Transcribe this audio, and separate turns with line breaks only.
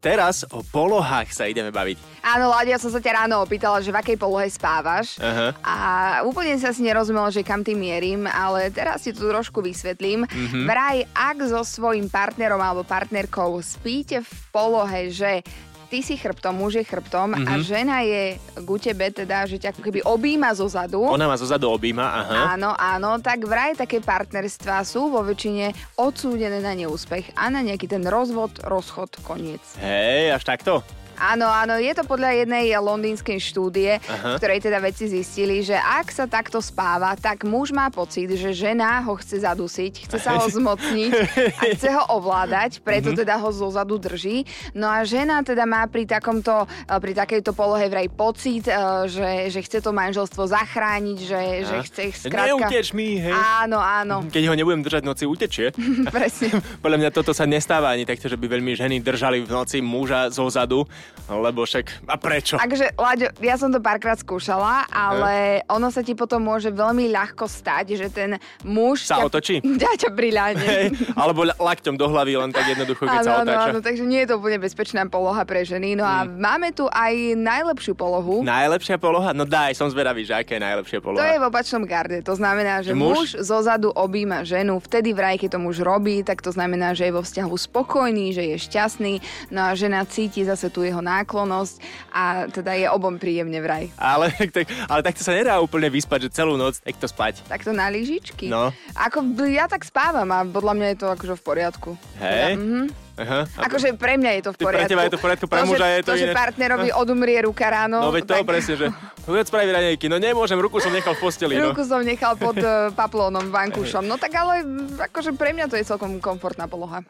Teraz o polohách sa ideme baviť.
Áno, Ládia, som sa ťa ráno opýtala, že v akej polohe spávaš.
Aha.
A úplne sa si nerozumela, že kam tým mierim, ale teraz ti to trošku vysvetlím. Mm-hmm. Vraj, ak so svojím partnerom alebo partnerkou spíte v polohe, že ty si chrbtom, muž je chrbtom mm-hmm. a žena je ku tebe, teda, že ťa ako keby objíma zo zadu.
Ona ma zo zadu objíma, aha.
Áno, áno, tak vraj také partnerstvá sú vo väčšine odsúdené na neúspech a na nejaký ten rozvod, rozchod, koniec.
Hej, až takto?
Áno, áno, je to podľa jednej londýnskej štúdie, Aha. v ktorej teda vedci zistili, že ak sa takto spáva, tak muž má pocit, že žena ho chce zadusiť, chce sa ho zmocniť a chce ho
Mhm.
ovládať, preto teda ho zozadu drží. No a žena teda má pri takomto, eh, pri takejto polohe vraj pocit, eh, že, že chce to manželstvo zachrániť, že, že
Aha.
chce skrátka...
Neuteč mi, hej.
Áno, áno,
Keď ho nebudem držať v noci, utečie.
presne.
Podľa mňa toto sa nestáva ani takto, že by veľmi ženy držali v noci muža zo zadu, lebo však, a prečo?
Takže, Láďo, ja som to párkrát skúšala, ale ono sa ti potom môže veľmi ľahko stať, že ten muž...
Sa
ťa-
otočí?
Ťa, ťa briľáne.
Hej, alebo la- lakťom do hlavy, len tak jednoducho, keď sa
Áno, áno,
otáča. Mm.
áno, takže nie je to úplne bezpečná poloha pre ženy. No a máme tu aj najlepšiu polohu.
Najlepšia poloha? No daj, som zvedavý, že aká je najlepšia
To je
poloha.
v opačnom garde. To znamená,
Že
že
muž?
muž, zo zadu objíma ženu. Vtedy vraj, keď to muž robí, tak to znamená, že je vo vzťahu spokojný, že je šťastný. No a žena cíti zase tú jeho náklonosť a teda je obom príjemne vraj.
Ale, tak, ale takto sa nedá úplne vyspať, že celú noc takto spať.
Takto na lyžičky?
No.
Ako, ja tak spávam a podľa mňa je to akože v poriadku.
Hej?
Teda, mhm.
Aha. A-
Akože pre mňa je to v
Ty- pre
poriadku.
teba je to v poriadku, pre
To, že-
muža je to
že
iné.
partnerovi odumrie ruka ráno.
No veď to presne, že viac spraví ranejky, no nemôžem, ruku som nechal v posteli. No.
Ruku som nechal pod eh, paplónom, vankúšom. No tak ale mm, akože pre mňa to je celkom komfortná poloha.